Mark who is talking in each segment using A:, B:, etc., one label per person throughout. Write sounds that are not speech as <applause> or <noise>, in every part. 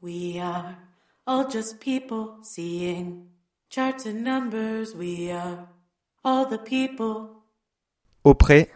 A: We are all just people seeing charts and numbers. We are all the people.
B: auprès,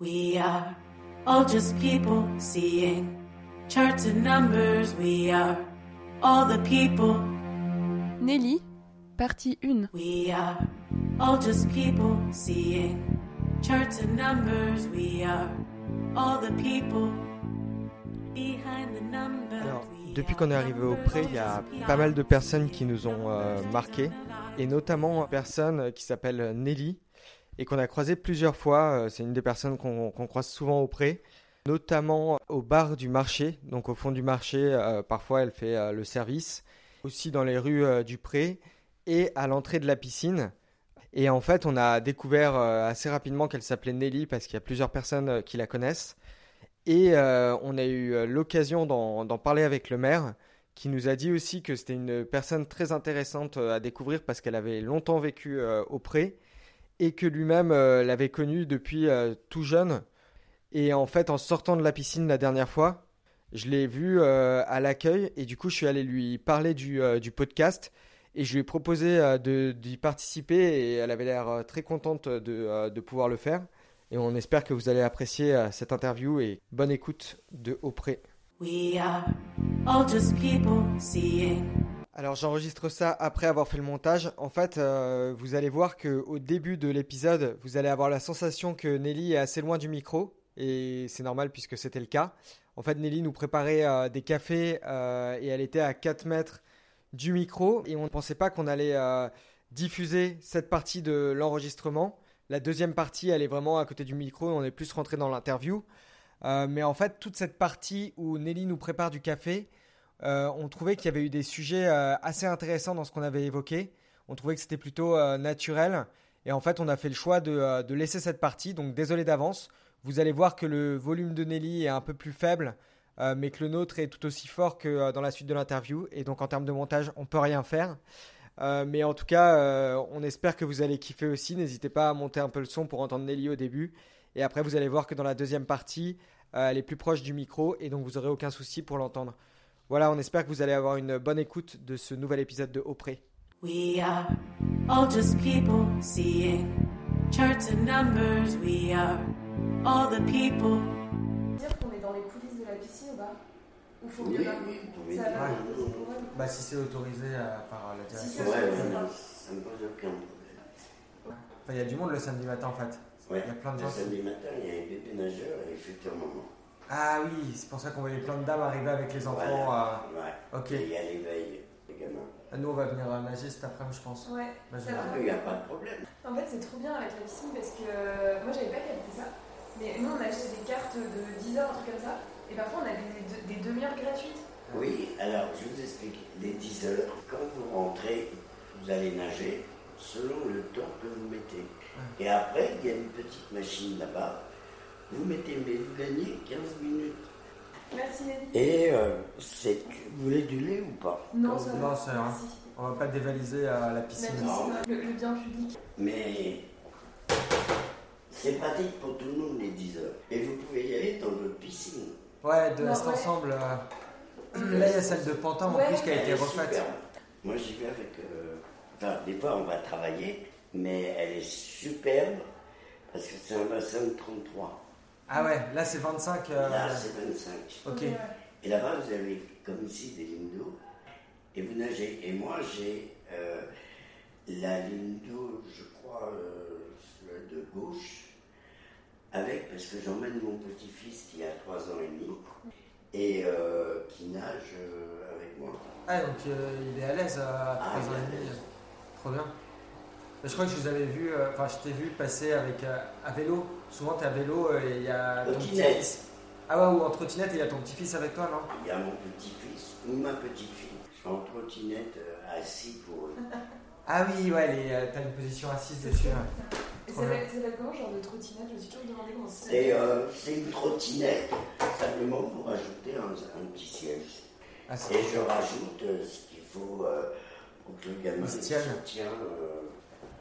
A: We are all just people seeing charts and numbers. We are all the people.
C: Nelly, partie 1.
A: We are all just people seeing charts and numbers. We are all the people behind the numbers.
B: Alors,
A: We
B: depuis
A: are
B: qu'on est arrivé au pré, il y a
A: numbers.
B: pas mal de personnes qui nous ont euh, marqué, et notamment une personne euh, qui s'appelle Nelly, et qu'on a croisé plusieurs fois. Euh, C'est une des personnes qu'on qu'on croise souvent au pré, notamment euh, au bar du marché. Donc au fond du marché, euh, parfois elle fait euh, le service, aussi dans les rues euh, du pré, et à l'entrée de la piscine. Et en fait, on a découvert euh, assez rapidement qu'elle s'appelait Nelly parce qu'il y a plusieurs personnes euh, qui la connaissent. Et euh, on a eu euh, l'occasion d'en d'en parler avec le maire, qui nous a dit aussi que c'était une personne très intéressante euh, à découvrir parce qu'elle avait longtemps vécu euh, au pré et que lui-même euh, l'avait connue depuis euh, tout jeune. Et en fait, en sortant de la piscine la dernière fois, je l'ai vue euh, à l'accueil et du coup, je suis allé lui parler du, euh, du podcast et je lui ai proposé euh, de- d'y participer et elle avait l'air euh, très contente de, euh, de pouvoir le faire. Et on espère que vous allez apprécier euh, cette interview et bonne écoute de Auprès.
A: We are all just people seeing.
B: Alors j'enregistre ça après avoir fait le montage. En fait, euh, vous allez voir que au début de l'épisode, vous allez avoir la sensation que Nelly est assez loin du micro et c'est normal puisque c'était le cas. En fait, Nelly nous préparait euh, des cafés euh, et elle était à 4 mètres du micro et on ne pensait pas qu'on allait euh, diffuser cette partie de l'enregistrement. La deuxième partie, elle est vraiment à côté du micro et on est plus rentré dans l'interview. Euh, mais en fait, toute cette partie où Nelly nous prépare du café, euh, on trouvait qu'il y avait eu des sujets euh, assez intéressants dans ce qu'on avait évoqué. On trouvait que c'était plutôt euh, naturel. Et en fait, on a fait le choix de, euh, de laisser cette partie. Donc, désolé d'avance. Vous allez voir que le volume de Nelly est un peu plus faible, euh, mais que le nôtre est tout aussi fort que euh, dans la suite de l'interview. Et donc, en termes de montage, on peut rien faire. Euh, mais en tout cas, euh, on espère que vous allez kiffer aussi. N'hésitez pas à monter un peu le son pour entendre Nelly au début. Et après, vous allez voir que dans la deuxième partie, euh, elle est plus proche du micro et donc vous aurez aucun souci pour l'entendre. Voilà, on espère que vous allez avoir une bonne écoute de ce nouvel épisode de Auprès.
A: We are all just people seeing charts and numbers. We are all the people.
D: dire qu'on est dans les coulisses de la piscine ou pas Ou faut
E: Oui,
D: bien
E: oui, oui,
D: Ça
E: oui.
D: va,
E: Ouais.
D: c'est pour elle
B: Bah, si c'est autorisé par la
D: Si direction.
E: Ouais, ouais, ouais, ça me pose aucun problème.
B: il y a du monde le samedi matin en fait.
E: Ouais.
B: Il y a plein de
E: Le
B: gens.
E: samedi matin, il y a un bébé nageur et futur maman.
B: Ah oui, c'est pour ça qu'on voyait plein de dames arriver avec les enfants.
E: Voilà. Ouais.
B: euh, Ok.
E: Et il y a l'éveil, les gamins.
B: Nous, on va venir euh, nager cet après-midi, je pense.
D: Ouais,
B: Vas-y.
D: ça va.
E: Ah, il n'y a pas de problème.
D: En fait, c'est trop bien avec la piscine parce que euh, moi, j'avais pas capté ça. Mais nous, on achetait des cartes de 10 heures, un truc comme ça. Et parfois, on avait des, des demi-heures gratuites.
E: Oui, alors je vous explique. Les 10 heures, quand vous rentrez, vous allez nager selon le temps que vous mettez. Et après, il y a une petite machine là-bas. Vous mettez, mais vous gagnez 15 minutes.
D: Merci, Nelly.
E: Et euh, c'est- vous voulez du lait ou pas
D: Non,
B: Comme
D: ça
B: demain,
D: va.
B: ça va.
D: Merci.
B: On va pas dévaliser euh, la
D: La
B: piscine.
D: piscine, le, le bien public.
E: Mais c'est pratique pour tout le monde les 10 heures. Et vous pouvez y aller dans votre piscine.
B: Ouais, de
D: Non,
B: rester
D: ouais. <clears throat>
B: ensemble. euh, Là, il y a celle de Pantin en
D: Ouais.
B: plus qui a été
E: Elle est
B: refaite.
E: superbe. Moi j'y vais avec. euh, Enfin, des fois on va travailler, mais elle est superbe parce que c'est un bassin de 33.
B: Ah ouais, là c'est 25. euh,
E: Là c'est 25.
B: Ok.
D: Ouais.
E: Et là-bas vous avez comme ici des lignes d'eau et vous nagez. Et moi j'ai euh, la ligne d'eau, je crois, euh, celle de gauche. avec, parce que j'emmène mon petit-fils qui a 3 ans et demi et euh, qui nage euh, avec moi.
B: Ah, donc euh, il est à l'aise euh, à
E: Ah,
B: 3 ans
E: il est à
B: et demi.
E: l'aise.
B: Trop bien. Mais Je crois que je vous avais vu, euh, enfin je t'ai vu passer avec euh, à vélo. Souvent t'es à vélo euh, et il y a ton
E: Trottinette.
B: petit-fils. Ah ouais, ou en trottinette et il y a ton petit-fils avec toi, non
E: Il y a mon petit-fils ou ma petite-fille. Je suis en trottinette euh, assis pour eux.
B: Ah oui, ouais, les, euh, t'as une position assise dessus. ouais.
D: Et
B: Trop
D: ça
B: bien.
D: va- ça va comment, genre de trottinette Je me suis toujours demandé comment ça
E: C'est
D: s'appelle.
E: euh, c'est une trottinette, simplement pour rajouter un, un petit siège.
B: Ah, c'est-
E: Et je rajoute euh, ce qu'il faut euh, pour que le gamin
B: Il se
E: il
B: tienne.
E: se tienne, euh,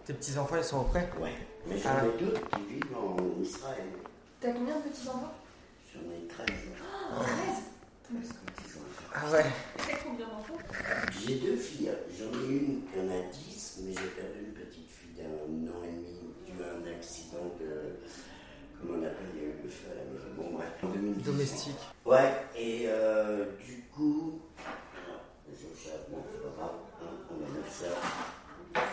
B: Tes petits-enfants ils sont auprès
E: ouais. Mais j'en
B: Ah.
E: ai deux qui vivent en Israël.
D: T'as combien de petits enfants
E: J'en ai 13.
D: Ah, 13
E: Parce que petits enfants.
B: Ah ouais.
D: T'as combien d'enfants
E: J'ai deux filles. J'en ai une qui en a 10, mais j'ai perdu une petite fille d'un an et demi due à un accident de. Comment on appelle Il y a eu le feu à la maison. Bon, ouais. en 2018.
B: Domestique.
E: Ouais, et euh, du coup. alors, Je cherche mon fera, hein, on va dire ça. Je sais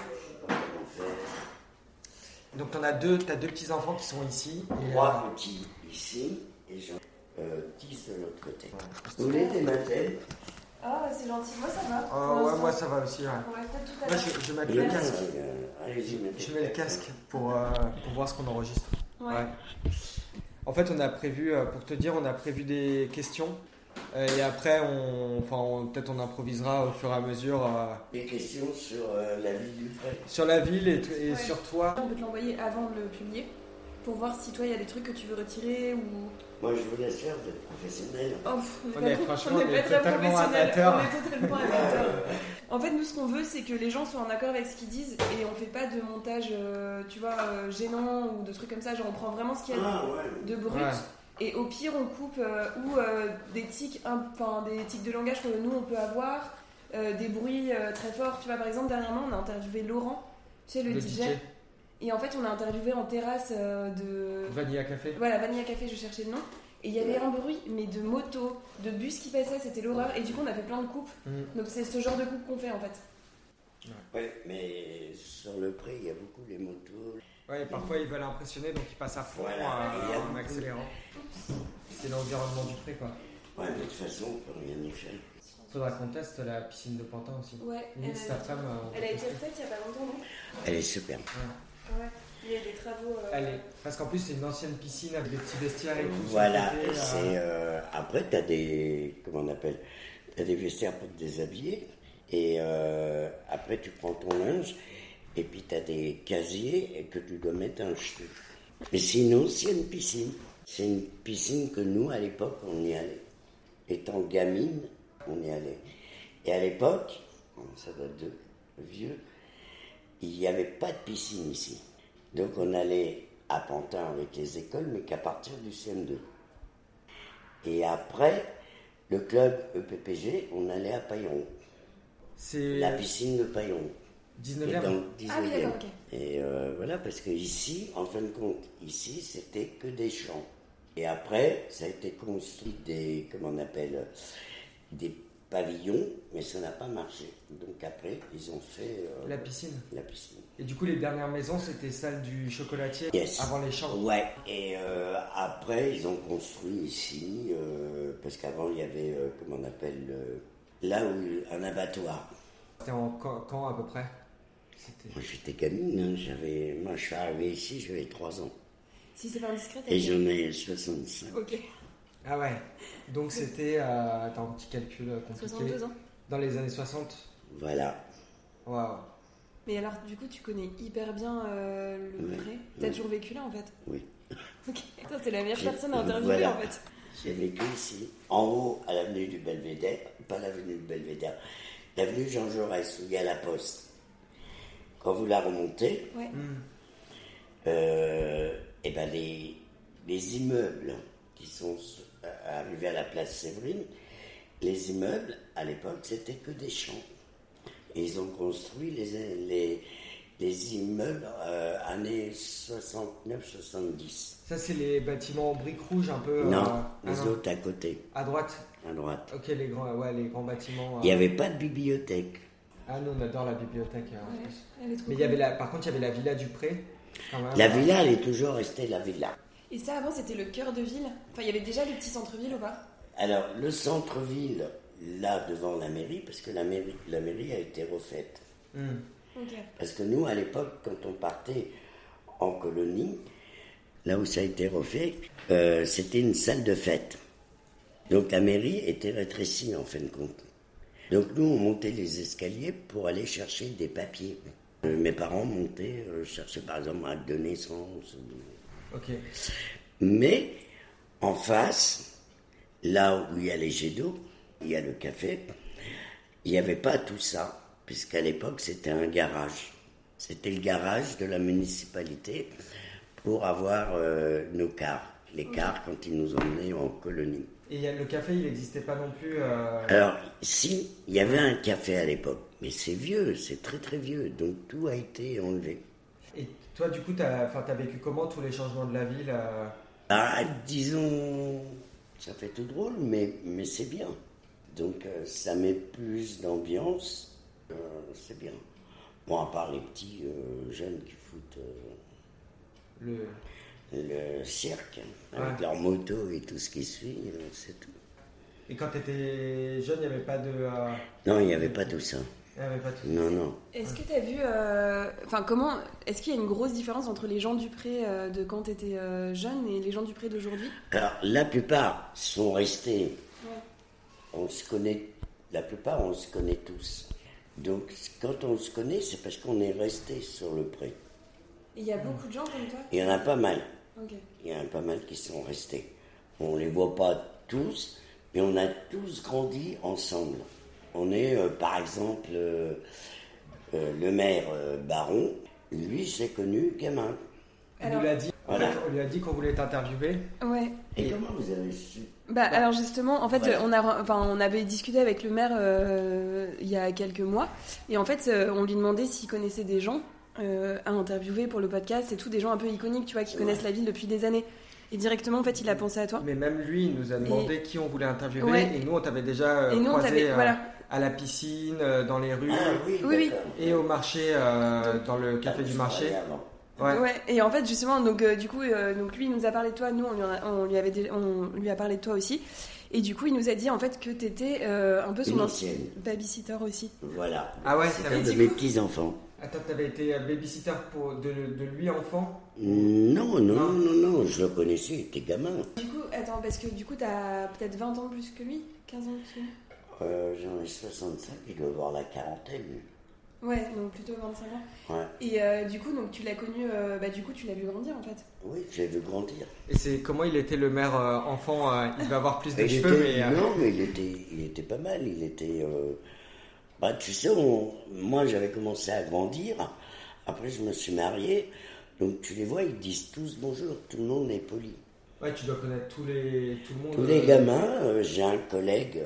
E: pas comment faire.
B: Donc t'en as deux, t'as deux petits enfants qui sont ici. et, euh,
E: Trois petits ici, et j'en euh, 10 de l'autre côté. Vous voulez des matelles
D: Ah, c'est gentil, moi ça va.
B: euh, euh, ouais, moi ça va aussi. Ouais.
D: Ouais, peut-être tout à
B: Moi
D: l'heure.
B: je, je mets
E: Le
B: le
E: casque.
B: casque.
E: euh, Allez-y, mettez
B: Je mets le casque pour, euh, pour voir ce qu'on enregistre.
D: Ouais.
B: En fait, on a prévu, euh, pour te dire, on a prévu des questions. euh, Et après, on, enfin, on- peut-être on improvisera au fur et à mesure euh,
E: Des questions sur euh, la vie du prêtre.
B: sur la ville et, t- et
D: Ouais.
B: sur toi.
D: On peut te l'envoyer avant de le publier pour voir si toi il y a des trucs que tu veux retirer ou.
E: Moi, je vous laisse faire, vous êtes professionnels.
D: Oh, pff,
B: On
D: pas
B: est-
D: pro-
B: franchement, on
D: pas
B: est
D: très
B: totalement
D: professionnels.
B: amateurs.
D: On
B: <laughs>
D: est totalement amateurs. En fait, nous, ce qu'on veut, c'est que les gens soient en accord avec ce qu'ils disent et on fait pas de montage, euh, tu vois, euh, gênant ou de trucs comme ça. Genre, on prend vraiment ce qu'il y a
E: Ah, ouais.
D: de brut.
B: Ouais.
D: Et au pire, on coupe euh, ou euh, des tics, un- enfin des tics de langage que nous on peut avoir, euh, des bruits euh, très forts. Tu vois, par exemple, dernièrement, on a interviewé Laurent, tu sais, le, DJ. Et en fait, on l'a interviewé en terrasse euh, de.
B: Vanilla Café.
D: Voilà, Vanilla Café, je cherchais le nom. Et il y avait un bruit, mais de moto, de bus qui passait, c'était l'horreur. Et du coup, on a fait plein de coupes.
B: Mm.
D: Donc, c'est ce genre de coupe qu'on fait en fait.
E: Ouais, mais sur le prix, il y a beaucoup les motos.
B: Ouais, et parfois ils veulent impressionner, donc ils passent à fond
E: Voilà.
B: euh,
E: Et il y a
B: en
E: beaucoup.
B: accélérant. C'est l'environnement du pré, quoi.
E: Ouais, mais de toute façon, on peut rien y faire.
B: Faudra qu'on teste la piscine de Pantin aussi.
D: Ouais,
B: Limite, cette après-midi, on peut tester.
D: refaite il y a pas longtemps, non
E: Elle est superbe.
D: Ouais, il y a des travaux. euh,
B: Allez, parce qu'en plus c'est une ancienne piscine avec des petits vestiaires et tout. sur
E: Voilà,
B: le côté,
E: et
B: euh,
E: c'est. euh, après, t'as des. Comment on appelle T'as des vestiaires pour te déshabiller. Et euh, après, tu prends ton linge. Et puis, t'as des casiers et que tu dois mettre un cheveu. Mais sinon, c'est une piscine. C'est une piscine que nous, à l'époque, on y allait. Étant gamine, on y allait. Et à l'époque, bon, ça date de vieux, il n'y avait pas de piscine ici. Donc on allait à Pantin avec les écoles, mais qu'à partir du CM2. Et après, le club E EPPG, on allait à Paillon.
B: c'est
E: La piscine de Paillon. Et
B: 19
E: dans
B: e
E: le
D: Ah oui,
E: 19e.
D: d'accord, ok.
E: Et euh, voilà, parce que ici, en fin de compte, ici, c'était que des champs. Et après, ça a été construit des, comment on appelle, des pavillons, mais ça n'a pas marché. Donc après, ils ont fait euh,
B: la piscine.
E: la piscine.
B: Et du coup, les dernières maisons c'était celle du chocolatier
E: Yes.
B: avant les chambres.
E: Ouais, et euh, après, ils ont construit ici, euh, parce qu'avant, il y avait, euh, comment on appelle, euh, là où un abattoir.
B: C'était en quand, quand, à peu près C'était-
E: Moi, j'étais gamine, hein, j'avais, moi, je suis arrivé ici, j'avais 3 ans.
D: Si c'est pas indiscret, t'as
E: Et
D: dit.
E: j'en ai 65.
D: Ok,
B: Ah ouais. Donc c'était. Euh... Attends, un petit calcul euh, compliqué.
D: 62 ans.
B: Dans les années 60.
E: Voilà.
B: Waouh.
D: Mais alors, du coup, tu connais hyper bien euh, le
E: Ouais.
D: pré. T'as
E: Ouais. toujours
D: toujours vécu là en fait
E: Oui.
D: <laughs> Ok. Putain, t'es la meilleure personne à
E: Et
D: interviewer
E: voilà.
D: en fait.
E: J'ai vécu ici, en haut, à l'avenue du Belvédère, pas l'avenue du Belvédère, l'avenue Jean Jaurès, où il y a la poste. Quand vous la remontez,
D: Ouais.
B: Hmm.
E: euh, eh ben les, les immeubles qui sont s- euh, arrivés à la place Séverine, les immeubles, à l'époque, c'était que des champs. Et ils ont construit les, les, les immeubles euh, années 69-70.
B: Ça, c'est les bâtiments en briques rouges un peu. euh,
E: non,
B: ah
E: les
B: non.
E: autres à côté,
B: À droite.
E: à droite.
B: Ok, les grands, ouais, les grands bâtiments. euh.
E: Il n'y avait pas de bibliothèque.
B: Ah, nous, on adore la bibliothèque. euh, en
D: Ouais.
B: plus.
D: Elle est trop
B: Mais il y avait
D: cool.
B: la... par contre, il y avait la villa du pré. quand même.
E: La villa, elle est toujours restée la villa.
D: Et ça, avant, c'était le cœur de ville. Enfin, il y avait déjà le petit centre-ville ou pas
E: Alors, le centre-ville, là devant la mairie, parce que la mairie, la mairie a été refaite.
B: Hmm.
D: Ok.
E: Parce que nous, à l'époque, quand on partait en colonie, là où ça a été refait, euh, c'était une salle de fête. Donc la mairie était rétrécie en fin de compte. Donc nous, on montait les escaliers pour aller chercher des papiers. Euh, mes parents montaient, euh, chercher par exemple acte de naissance. ou-
B: Ok.
E: Mais en face, là où il y a les jets d'eau, il y a le café, il n'y avait pas tout ça, puisqu'à l'époque c'était un garage. C'était le garage de la municipalité pour avoir euh, nos cars, les cars quand ils nous emmenaient en colonie.
B: Et il y a- le café, il n'existait pas non plus. euh,
E: Alors, si, il y avait un café à l'époque, mais c'est vieux, c'est très très vieux, donc tout a été enlevé.
B: Et toi, du coup, t'as as vécu comment tous les changements de la ville euh,
E: Ah, disons, ça fait tout drôle, mais, mais c'est bien. Donc euh, ça met plus d'ambiance, euh, c'est bien. Bon, à part les petits euh, jeunes qui foutent
B: le...
E: euh, le cirque hein, avec
B: Ouais.
E: leur moto et tout ce qui suit, euh, c'est tout.
B: Et quand t'étais jeune, il n'y avait pas de. euh,
E: Non, il n'y avait pas tout ça.
B: il y avait pas tout.
E: Non, non.
D: Est-ce que tu as vu. euh, Enfin, comment. Est-ce qu'il y a une grosse différence entre les gens du pré euh, de quand tu étais jeune et les gens du pré d'aujourd'hui
E: Alors, la plupart sont restés.
D: Ouais.
E: On se connaît, la plupart, on se connaît tous. Donc, quand on se connaît, c'est parce qu'on est resté sur le pré.
D: Il
B: Mm.
D: y a beaucoup de gens comme toi
E: Il y en a pas mal.
D: Ok.
E: Il y en a pas mal qui sont restés. On les voit pas tous, mais on a tous grandi ensemble. On est, euh, par exemple, euh, euh, le maire euh, Baron. Lui, je l'ai connu gamin.
B: On
D: Alors-
B: lui a dit. en
E: Voilà.
B: fait, on lui a dit qu'on voulait t'interviewer.
D: Ouais.
E: Et comment vous avez su
D: Bah, alors justement, en fait,
E: Voilà.
D: on, a, enfin, on avait discuté avec le maire euh, il y a quelques mois, et en fait, euh, on lui demandait s'il connaissait des gens euh, à interviewer pour le podcast, et tout, des gens un peu iconiques, tu vois, qui
E: Ouais.
D: connaissent la ville depuis des années. Et directement, en fait, il a pensé à toi.
B: Mais même lui, il nous a demandé qui on voulait interviewer.
D: Ouais.
B: Et nous, on t'avait déjà euh,
D: Et nous, on
B: croisé
D: t'avait,
B: euh,
D: voilà,
B: à la piscine, euh, dans les rues. <coughs>
E: Ah oui,
D: Oui,
E: d'accord.
B: Et au marché, euh, dans le café du
E: Je
B: marché.
E: travaillais avant.
B: Ouais.
D: Ouais, et en fait, justement, donc, euh, du coup, euh, donc, lui, il nous a parlé de toi, nous, on lui, en a- on lui avait dé- on lui a parlé de toi aussi. Et du coup, il nous a dit, en fait, que t'étais euh, un peu son
E: Une
D: ancien
E: ancienne.
D: babysitter aussi.
E: Voilà.
B: Ah ouais,
E: C'était
B: t'avais
E: de
B: dit.
E: mes petits-enfants.
B: Attends, t'avais été euh, babysitter pour, de, de lui enfant.
E: Non, non, non, non, je le connaissais, il était gamin.
D: Du coup, attends, parce que du coup, t'as peut-être 20 ans plus que lui 15 ans plus que lui
E: Euh, J'en ai 65, il doit avoir la quarantaine.
D: Ouais, donc plutôt 25 ans.
E: Ouais.
D: Et euh, du coup, donc, tu l'as connu, euh, bah, du coup, tu l'as vu grandir, en fait.
E: Oui, j'ai vu grandir.
B: Et c'est comment il était le maire euh, enfant euh, Il va avoir plus de
E: Il
B: cheveux,
E: était-
B: mais. euh,
E: Non, mais il était, il était pas mal. Il était. euh, Bah, tu sais, on- moi j'avais commencé à grandir. Après, je me suis marié. Donc, tu les vois, ils disent tous bonjour. Tout le monde est poli.
B: Ouais, tu dois connaître tous les, tout le monde.
E: Tous les
B: euh,
E: gamins, euh, j'ai un collègue,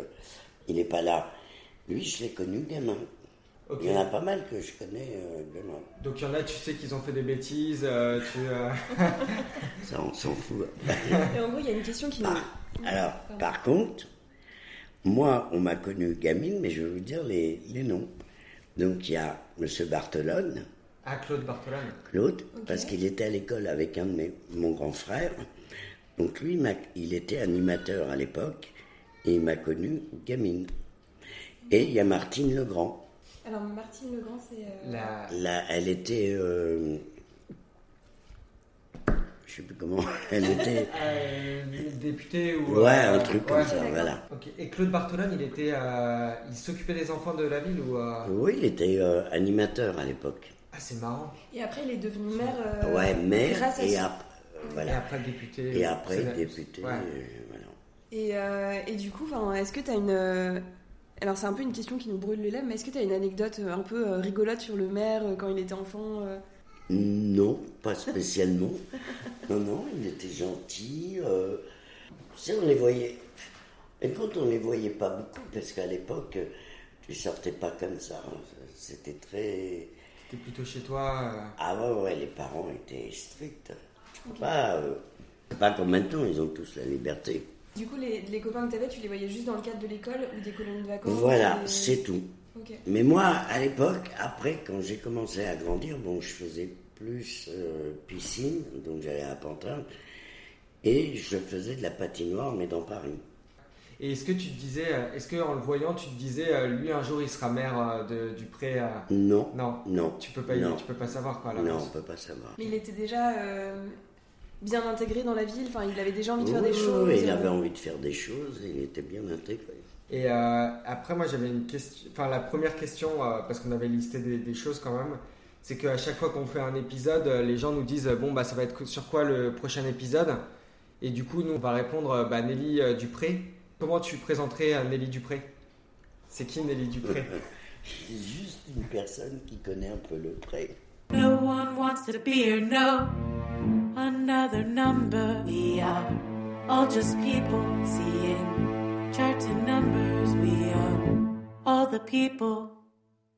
E: il n'est pas là. Lui, je l'ai connu gamin.
B: ok.
E: Il y en a pas mal que je connais euh, gamin.
B: Donc il y en a, tu sais qu'ils ont fait des bêtises. euh, tu, euh, <laughs>
E: Ça, on s'en fout. Bah,
D: Et en gros, il y a une question qui nous...
E: Ah. Alors,
D: Pardon.
E: par contre, moi, on m'a connu gamine, mais je vais vous dire les, les noms. Donc, il y a Monsieur Bartolone,
B: Ah, Claude Bartolone.
E: Claude, parce qu'il était à l'école avec un de mes, mon grand frère. Donc, lui, il m'a- il était animateur à l'époque, et il m'a connu gamine. Et il y a Martine Legrand.
D: Alors, Martine Legrand, c'est... euh,
B: La...
E: Là, elle était. euh, je sais plus comment. <laughs> Elle était.
B: Euh, député ou.
E: Ouais,
B: euh,
E: un truc comme
B: ouais.
E: ça, voilà.
B: Ok, Et Claude Bartolone, il était, euh, il s'occupait des enfants de la ville ou. euh,
E: Oui, il était euh, animateur à l'époque.
B: Ah, c'est marrant.
D: Et après, il est devenu maire... euh,
E: ouais, maire
D: grâce à
E: et
D: son-
E: après.
B: Et
E: Voilà.
B: après député.
E: Et après,
B: sénateur.
E: député.
B: Ouais.
E: euh, voilà.
D: Et, euh, et du coup, 'fin, est-ce que tu as une. euh, Alors, c'est un peu une question qui nous brûle les lèvres, mais est-ce que tu as une anecdote euh, un peu euh, rigolote sur le maire euh, quand il était enfant euh
E: Non, pas spécialement. <laughs> non, non, il était gentil. euh, Tu sais, on les voyait. Et quand on les voyait pas beaucoup, parce qu'à l'époque, tu sortais pas comme ça. hein. C'était très.
B: T'es plutôt chez toi. euh,
E: Ah ouais, ouais, les parents étaient stricts. Pas, euh, pas comme maintenant, ils ont tous la liberté.
D: Du coup, les, les copains que tu avais, tu les voyais juste dans le cadre de l'école ou des colonies de vacances
E: voilà,
D: des-
E: c'est tout.
D: Ok.
E: Mais moi, à l'époque, après, quand j'ai commencé à grandir, bon, je faisais plus euh, piscine, donc j'allais à Pantin, et je faisais de la patinoire, mais dans Paris.
B: Et est-ce que tu te disais, euh, est-ce que en le voyant, tu te disais, euh, lui un jour il sera maire euh, de- du pré euh,
E: Non,
B: Non,
E: non,
B: tu peux pas,
E: Non.
B: tu peux pas savoir quoi. à
E: non, on
B: l'avance.
E: peut pas savoir.
D: Mais il était déjà euh, bien intégré dans la ville, enfin, il avait déjà envie de faire des
E: Oui,
D: choses.
E: oui, il
D: euh,
E: avait envie de faire des choses, et il était bien intégré.
B: Et euh, après, moi, j'avais une question. Enfin, la première question, euh, parce qu'on avait listé des, des choses quand même, c'est qu'à chaque fois qu'on fait un épisode, euh, les gens nous disent euh, bon, bah, ça va être sur quoi le prochain épisode Et du coup, nous, on va répondre euh, bah, Nelly euh, Dupré. Comment tu présenterais euh, Nelly Dupré C'est qui Nelly Dupré
E: <laughs> C'est juste une personne qui connaît un peu le pré.
A: No one wants to be here, no. Another number. We are all just people seeing charts and numbers. We are all the people.